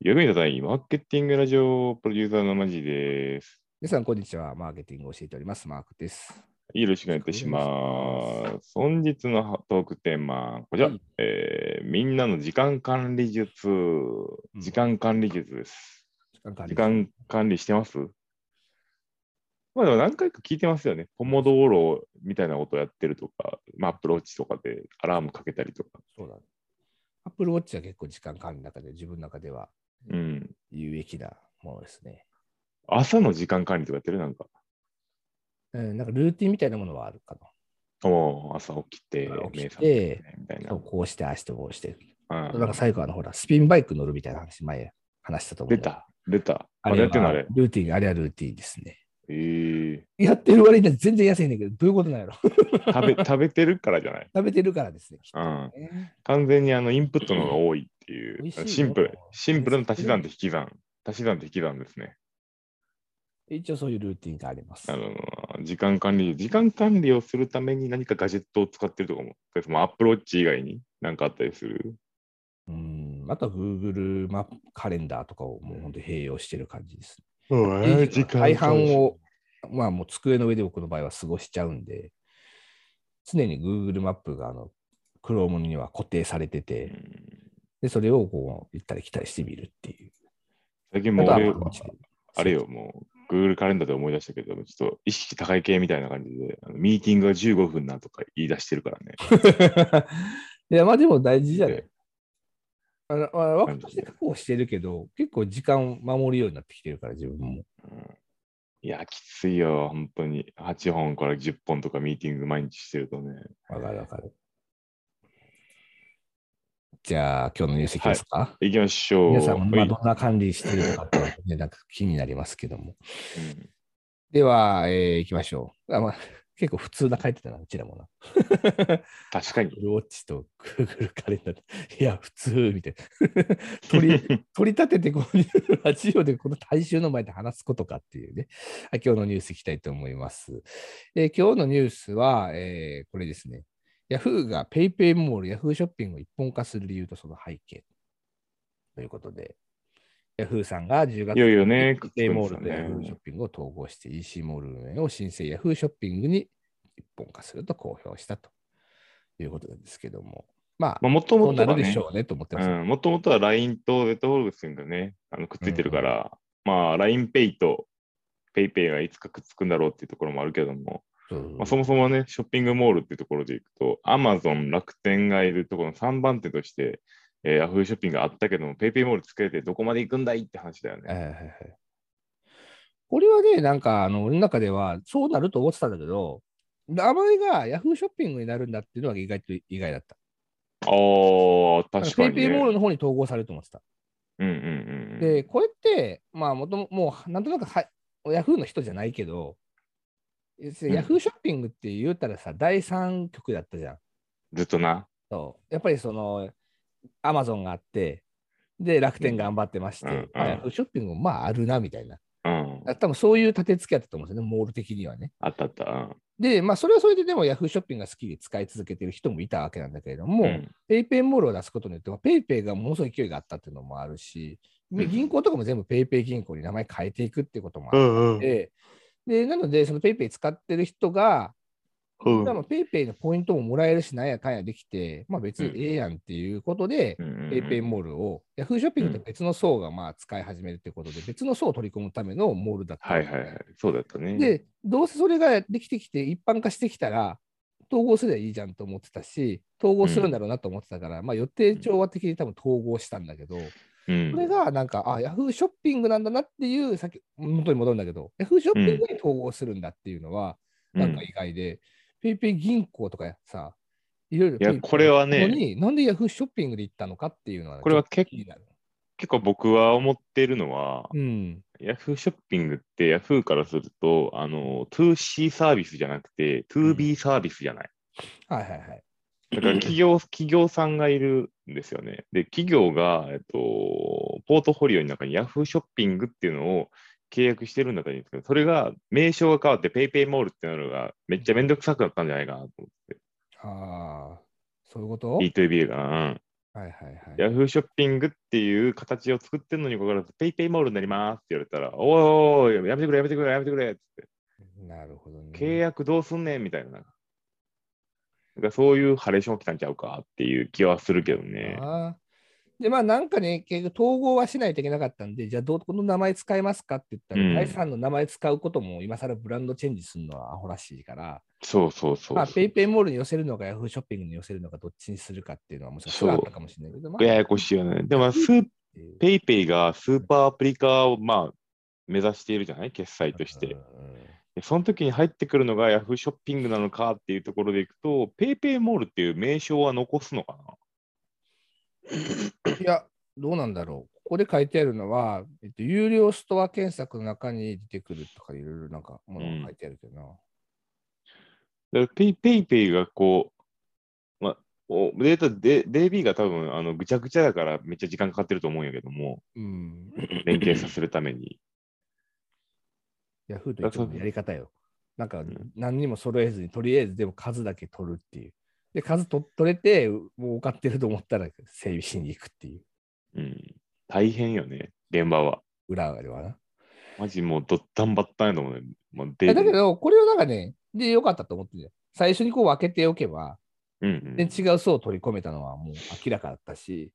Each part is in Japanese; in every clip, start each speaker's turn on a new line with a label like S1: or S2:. S1: 役に立たないマーケティングラジオプロデューサーのマジです。
S2: 皆さん、こんにちは。マーケティングを教えております。マークです。
S1: よろしくお願いいたします。本日のトークテーマ、こちら、
S2: はい
S1: えーみんなの時間管理術。時間管理術です。時
S2: 時間管理
S1: 間管理してますまあでも何回か聞いてますよね。ポモドーロみたいなことをやってるとか、まあ、アップローチとかでアラームかけたりとか。
S2: そうだ。アップルウォッチは結構時間管理の中で、自分の中では
S1: うん。
S2: 有益なものですね。
S1: 朝の時間管理とかやってるなんか。
S2: うん、なんかルーティンみたいなものはあるか
S1: もう朝起きて
S2: 朝、起
S1: 目
S2: き
S1: 覚
S2: て
S1: めて、みたい
S2: な。
S1: な
S2: そう。こうして、ああして、こうして。
S1: うん
S2: なんか最後、あの、ほら、スピンバイク乗るみたいな話、前話したと思う
S1: 出
S2: んだよ。
S1: た、出た。あ
S2: あ
S1: れ
S2: れ
S1: や
S2: は
S1: ってんのあれ。
S2: ルーティン、あれはルーティンですね。
S1: え
S2: やってる割には全然安いんだけど、どういうことなんやろ
S1: え食べ、 食べてるからじゃない。
S2: 食べてるからですね。きっ
S1: うん。
S2: とね
S1: 完全にあの、インプットの方が多いって
S2: 美
S1: い、
S2: 味しいう
S1: シ
S2: よ
S1: ンプル、シンプルの足し算と引き算。足し算と引き算ですね。
S2: 一応そういうルーティンがあります。
S1: あの、時間管理、時間管理をするために何かガジェットを使ってるとかも、それともアップローチ以外に何かあったりする。
S2: うん、あとは Google マップカレンダーとかをもう本当併用してる感じです。
S1: うん
S2: 大半を、まあもう机の上で僕の場合は過ごしちゃうんで、常に Google マップがあの Chrome には固定されて
S1: う
S2: て、
S1: ん
S2: で、それをこう行ったり来たりしてみるっていう。
S1: 最近
S2: あ
S1: もう
S2: とは
S1: 俺、
S2: まあそう
S1: あれよ、もう、Google カレンダーで思い出したけど、ちょっと意識高い系みたいな感じで、あのミーティングが15分なんとか言い出してるからね。
S2: いや、まあでも大事じゃな
S1: う
S2: い。あの、まあ、枠として確保してるけど、結構時間を守るようになってきてるから、自分も。
S1: うんいや、きついよ、本当に。8本から10本とかミーティング毎日してるとね。
S2: わかるわかる。じゃあ、今日のニュースいきますか。
S1: 行きましょう。
S2: 皆さん、ま
S1: は
S2: あ、
S1: い
S2: どんな管理してるのかっていうのがね、なんか気になりますけども。
S1: うん
S2: では、えー、いきましょう。あまあ、結構普通な書いてたな、うちらもな。
S1: 確かに。
S2: ウォッチと Google カレンダーで。いや、普通みたいな。 取り 取り立てて、このラジオでこの大衆の前で話すことかっていうね。はい今日のニュースいきたいと思います。えー今日のニュースは、えーこれですね。Yahoo が PayPay モール、Yahoo ショッピングを一本化する理由とその背景。ということで、Yahoo さんが10月
S1: いよいよね、
S2: PayPay モールと
S1: ね
S2: Yahoo ショッピングを統合して EC モール運営を新生 Yahoo ショッピングに一本化すると公表したということなんですけども。まあ、
S1: まあ、もと
S2: そ
S1: も
S2: う
S1: と
S2: な
S1: は
S2: るで
S1: ね
S2: し、ょうねと思ってます。
S1: もともとは LINE と z ホールグスがね、あのくっついてるから、まあ、LINEPay と PayPay がいつかくっつくんだろうっていうところもあるけども、
S2: そう
S1: まあ、そもそもね、ショッピングモールっていうところでいくと、Amazon、楽天がいるところの3番手として、えー、ヤフーショッピングがあったけども、PayPay モール作れてどこまで行くんだいって話だよね。
S2: はいはいはいこれはね、なんか、あの、俺の中では、そうなると思ってたんだけど、名前が Yahoo ショッピングになるんだっていうのは意外と意外だった。
S1: ああ、確かに、ね。
S2: PayPay モールの方に統合されると思ってた。
S1: うんうんうん。
S2: で、これって、まあ、もとももう、なんとなくは、Yahoo の人じゃないけ
S1: う
S2: ど、
S1: ん
S2: Yahoo ショッピングって言うたらさ、第3局だったじゃん。
S1: ずっとな。
S2: そう。やっぱりその、Amazon があって、で、楽天頑張ってまして、
S1: うんうん
S2: まあ Yahoo ショッピングもまああるな、みたいな。
S1: うん。
S2: 多分そういう立て付けだったと思うんですよね、モール的にはね。
S1: あったあった。
S2: で、まあ、それはそれででも Yahoo ショッピングが好きで使い続けてる人もいたわけなんだけれども、
S1: うん
S2: PayPay モールを出すことによって、PayPay がものすごい勢いがあったっていうのもあるし、
S1: うん
S2: 銀行とかも全部 PayPay 銀行に名前変えていくっていうことも
S1: う
S2: あっ
S1: んうん
S2: て、でなので、その PayPay 使ってる人が、
S1: うん
S2: 今も PayPay のポイントももらえるし、なんやかんやできて、まあ、別にええやんっていうことで、
S1: うんうん
S2: PayPay モールを Yahoo ショッピングと別の層がまあ使い始めるということで、別の層を取り込むためのモールだった。
S1: はいはいはい。そうだったね。
S2: で、どうせそれができてきて、一般化してきたら、統合すればいいじゃんと思ってたし、統合するんだろうなと思ってたから、まあ予定調和的に多分統合したんだけど、
S1: うん、
S2: これがなんか、あ、Yahoo ショッピングなんだなっていう、さっき元に戻るんだけど、Yahoo ショッピングに統合するんだっていうのは、なんか意外で、PayPay 銀行とかさ、いろいろ。
S1: いやこれはね
S2: のになんで Yahoo ショッピングで行ったのかっていうのは、
S1: これは結
S2: 気になる。
S1: 結構僕は思ってるのは、
S2: うん。
S1: ヤフーショッピングってヤフーからすると、あの、2C サービスじゃなくて、2B サービスじゃない。
S2: はいはいはい。
S1: だから企業、企業さんがいるんですよね。で、企業が、えっと、ポートフォリオの中にヤフーショッピングっていうのを契約してるんだと思うんですけど、それが名称が変わって PayPay モールってなるのがめっちゃめんどくさくなったんじゃないかなと思って。
S2: ああ、そういうこと
S1: B2B が、うん
S2: はいはいはい。
S1: ヤフーショッピングっていう形を作ってるのにもかかわらず、ペイペイモールになりますって言われたら、おーおい、やめてくれ、やめてくれ、やめてくれっつって、
S2: なるほどね。
S1: 契約どうすんねんみたいな。なんかそういうハレーション起きたんちゃうかっていう気はするけどね。
S2: あーで、まあなんかね、結局統合はしないといけなかったんで、じゃあどう、この名前使いますかって言ったら、
S1: うん
S2: 第3の名前使うことも今更ブランドチェンジするのはアホらしいから、
S1: そうそうそうそう。
S2: まあ、ペイペイモールに寄せるのか、ヤフーショッピングに寄せるのか、どっちにするかっていうのはもしかしたらあったかもしれないけど、まあ
S1: ややこしいよね。でも、スー
S2: ペ
S1: ペイペイがスーパーアプリ化を、まあ、目指しているじゃない決済として。でその時に入ってくるのが Yahoo ショッピングなのかっていうところでいくと、PayPay モールっていう名称は残すのか
S2: いや、どうなんだろう。ここで書いてあるのは、えっと、有料ストア検索の中に出てくるとか、いろいろなんかものが書いてあるけどな。
S1: なだから Pay- ?PayPay がこう、まあ、おデータで、DB が多分あのぐちゃぐちゃだからめっちゃ時間かかってると思うんやけども、
S2: うん。
S1: 連携させるために。
S2: ヤフーといつものやり方よ。なんか
S1: ん
S2: 何にも揃えずに、とりあえずでも数だけ取るっていう。で、数と取れて、もうかってると思ったら整備しに行くっていう
S1: うん。大変よね、現場は。
S2: 裏側ではな。
S1: マジもうどったんばったんやと思うね。もう
S2: い
S1: で
S2: やだけど、これをなんかね、で、良かったと思ってるよ最初にこう分けておけば、
S1: うんうん、
S2: で違う層を取り込めたのはもう明らかだったし、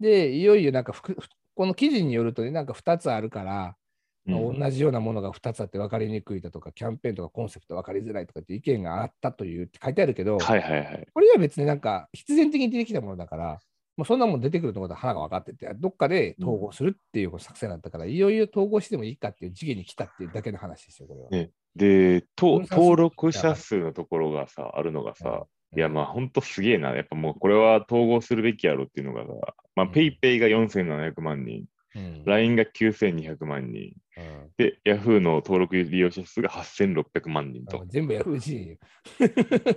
S2: で、いよいよなんかふく、この記事によるとね、なんか2つあるから、
S1: うん
S2: 同じようなものが2つあって分かりにくいだとか、キャンペーンとかコンセプト分かりづらいとかっていう意見があったというって書いてあるけど、
S1: はいはいはい。
S2: これは別になんか必然的に出てきたものだから、もうそんなもん出てくるとことは花が分かってて、どっかで統合するっていう作戦だったから、いよいよ統合してもいいかっていう次元に来たっていうだけの話ですよ、これは。
S1: ねで、と
S2: 分散する
S1: 登録者数のところがさ、あるのがさ、いや、まあ、ほんとすげえな。やっぱもう、これは統合するべきやろっていうのがさ、まあ、
S2: うん
S1: ペイペイが4700万人、
S2: うん、うん、
S1: LINE が9200万人、
S2: うん
S1: で、Yahoo の登録利用者数が8600万人
S2: あ
S1: と。
S2: 全部ヤフージーニ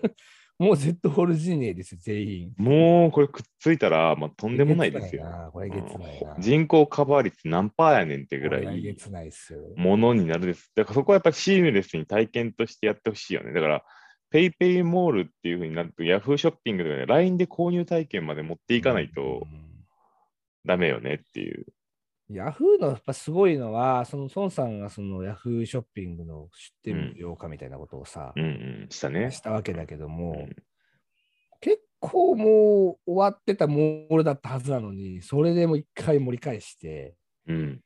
S2: エ。 もう Z ホールジーニエですよ、全員。
S1: もう、これくっついたら、まあ、とんでもないです
S2: えげつ
S1: よ。
S2: な。これえげつないな。
S1: うん人口カバー率何パーやねんってぐら
S2: これえげ
S1: い
S2: つないっすよ。
S1: ものになるです。だからそこはやっぱシームレスに体験としてやってほしいよね。だから、ペイペイモールっていうふうになると、Yahoo ショッピングとかね、LINE で購入体験まで持っていかないと
S2: うん
S1: ダメよねっていう。
S2: ヤフーのやっぱすごいのは、その孫さんがそのヤフーショッピングの出店料化みたいなことをさ、
S1: うんうん、したね。
S2: したわけだけども、
S1: うん
S2: 結構もう終わってたモールだったはずなのに、それでもう一回盛り返して、
S1: うん。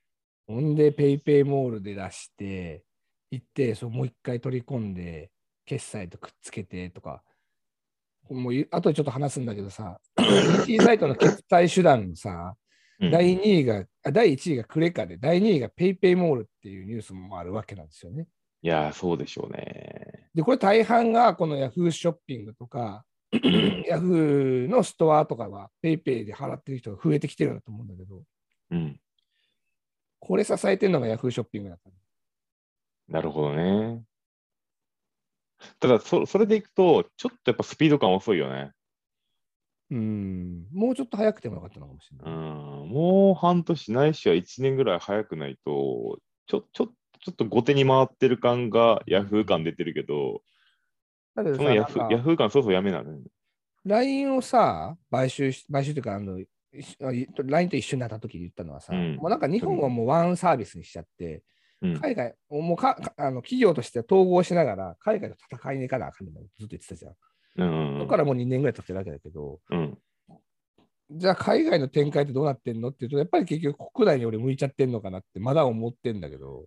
S2: ほんで、ペイペイモールで出して、行って、そうもう一回取り込んで、決済とくっつけてとか、もうあとでちょっと話すんだけ どさ、EC サイトの決済手段のさ、
S1: うん
S2: 第2位が、あ第1位がクレカで、第2位がペイペイモールっていうニュースもあるわけなんですよね。
S1: いやー、そうでしょうね。
S2: で、これ大半がこの Yahoo ショッピングとか、Yahoo のストアとかは PayPay で払ってる人が増えてきてるんだと思うんだけど、
S1: うん。
S2: これ支えてるのが Yahoo ショッピングだった。
S1: なるほどね。ただそ、それでいくと、ちょっとやっぱスピード感遅いよね。
S2: うん、もうちょっと早くてもよかったのかもしれ
S1: う
S2: なんい。。
S1: もう半年ないしは1年ぐらい早くないと、ちょ、ちょ、ちょっと後手に回ってる感がヤフー感出てるけど、
S2: だけど
S1: その
S2: さ、な
S1: ヤ
S2: ん
S1: フ
S2: か
S1: ーヤフー感そうそうやめなのね。
S2: LINE をさ、買収し、買収というか、あの、一緒あい LINE と一緒になった時に言ったのはさ、
S1: うん
S2: もうなんか日本はもうワンサービスにしちゃって、
S1: うん。
S2: 海外、もうかかあの企業としては統合しながら、海外と戦いに行かなあかんのずっと言ってたじゃん。
S1: うん。
S2: だからもう2年ぐらい経ってるわけだけど、
S1: うん。
S2: じゃあ海外の展開ってどうなってんのっていうと、やっぱり結局国内に俺向いちゃってんのかなってまだ思ってんだけど、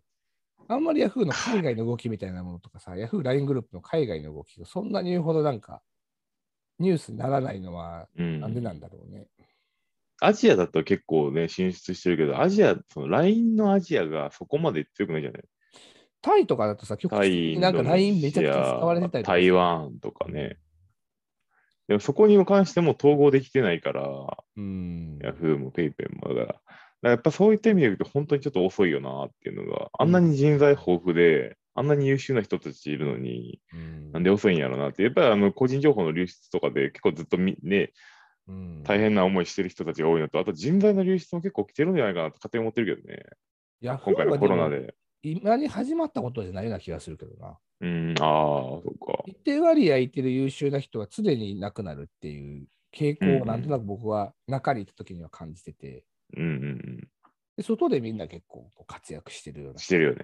S2: あんまりヤフーの海外の動きみたいなものとかさ、ヤ フー LINE グループの海外の動きがそんなに言うほどなんかニュースにならないのは
S1: うん。
S2: なんでなんだろうね。
S1: アジアだと結構ね、進出してるけど、アジア、その LINE のアジアがそこまで強くないじゃない
S2: タイとかだとさ、結
S1: タ
S2: 局
S1: イ、
S2: なんか LINE めちゃくちゃ使われてたりとか
S1: 台湾とかね。。でもそこに関しても統合できてないから、
S2: うん。
S1: Yahoo も PayPay もだから。だからやっぱそういった意味で言うと本当にちょっと遅いよなっていうのが、あんなに人材豊富で、あんなに優秀な人たちいるのに、
S2: うん
S1: なんで遅いんやろなって、やっぱりあの個人情報の流出とかで結構ずっとみね、
S2: うん
S1: 大変な思いしてる人たちが多いのと、あと人材の流出も結構来てるんじゃないかなと勝手に思ってるけどね、
S2: ヤフ
S1: 今回
S2: ー
S1: の
S2: は
S1: コ
S2: で
S1: ロナ
S2: も
S1: で。
S2: 今に始まったことじゃないような気がするけどな。
S1: うん、ああ、そうか。
S2: 一定割合いてる優秀な人は常にいなくなるっていう傾
S1: うんう
S2: 向を
S1: ん
S2: なんとなく僕は中にいた時には感じてて、
S1: うんうん
S2: で外でみんな結構こう活躍してるよう
S1: うん。
S2: な
S1: し
S2: 人
S1: てるよね。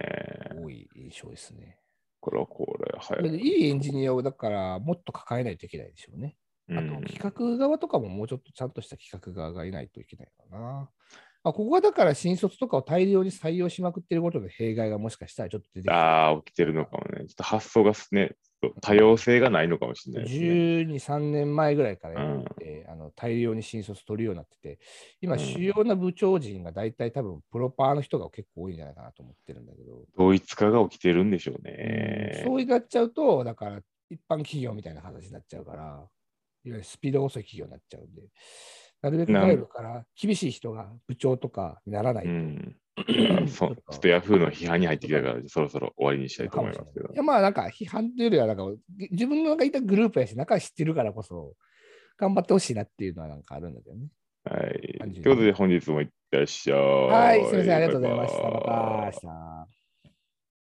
S2: が多い印象ですね。
S1: これはこれ、
S2: そ
S1: は
S2: れ
S1: い。
S2: でいいエンジニアをだからもっと抱えないといけないでしょうね。あ
S1: うん
S2: と企画側とかももうちょっとちゃんとした企画側がいないといけないかな。あここはだから新卒とかを大量に採用しまくってることの弊害がもしかしたらちょっと出てきて
S1: ああ、起きてるのかもね。ちょっと発想がすね、ちょっと多様性がないのかもしれないですね。
S2: 12、3年前ぐらいからや
S1: うん
S2: って、あの大量に新卒取るようになってて、今、
S1: うん
S2: 主要な部長陣が大体多分プロパーの人が結構多いんじゃないかなと思ってるんだけど、
S1: 同一化が起きてるんでしょうね。
S2: そうなっちゃうと、だから一般企業みたいな形になっちゃうから、いわゆるスピードが遅い企業になっちゃうんで、なるべく
S1: なる
S2: 外部から厳しい人が部長とかにならないうと。
S1: ん。そうちょっとヤフーの批判に入ってきたから、そろそろ終わりにしたいと
S2: か
S1: 思
S2: も
S1: い
S2: しれ
S1: ま
S2: ない
S1: すけど
S2: い。やまあなんか批判というよりはなんかぎ自分の中にいたグループやし中知ってるからこそ頑張ってほしいなっていうのはなんかあるんだけどね。
S1: はい。
S2: 感じ
S1: ということで、本日もいってらっしゃい。
S2: はい、すみません、ありがとうございました。
S1: バイバイ
S2: また明日。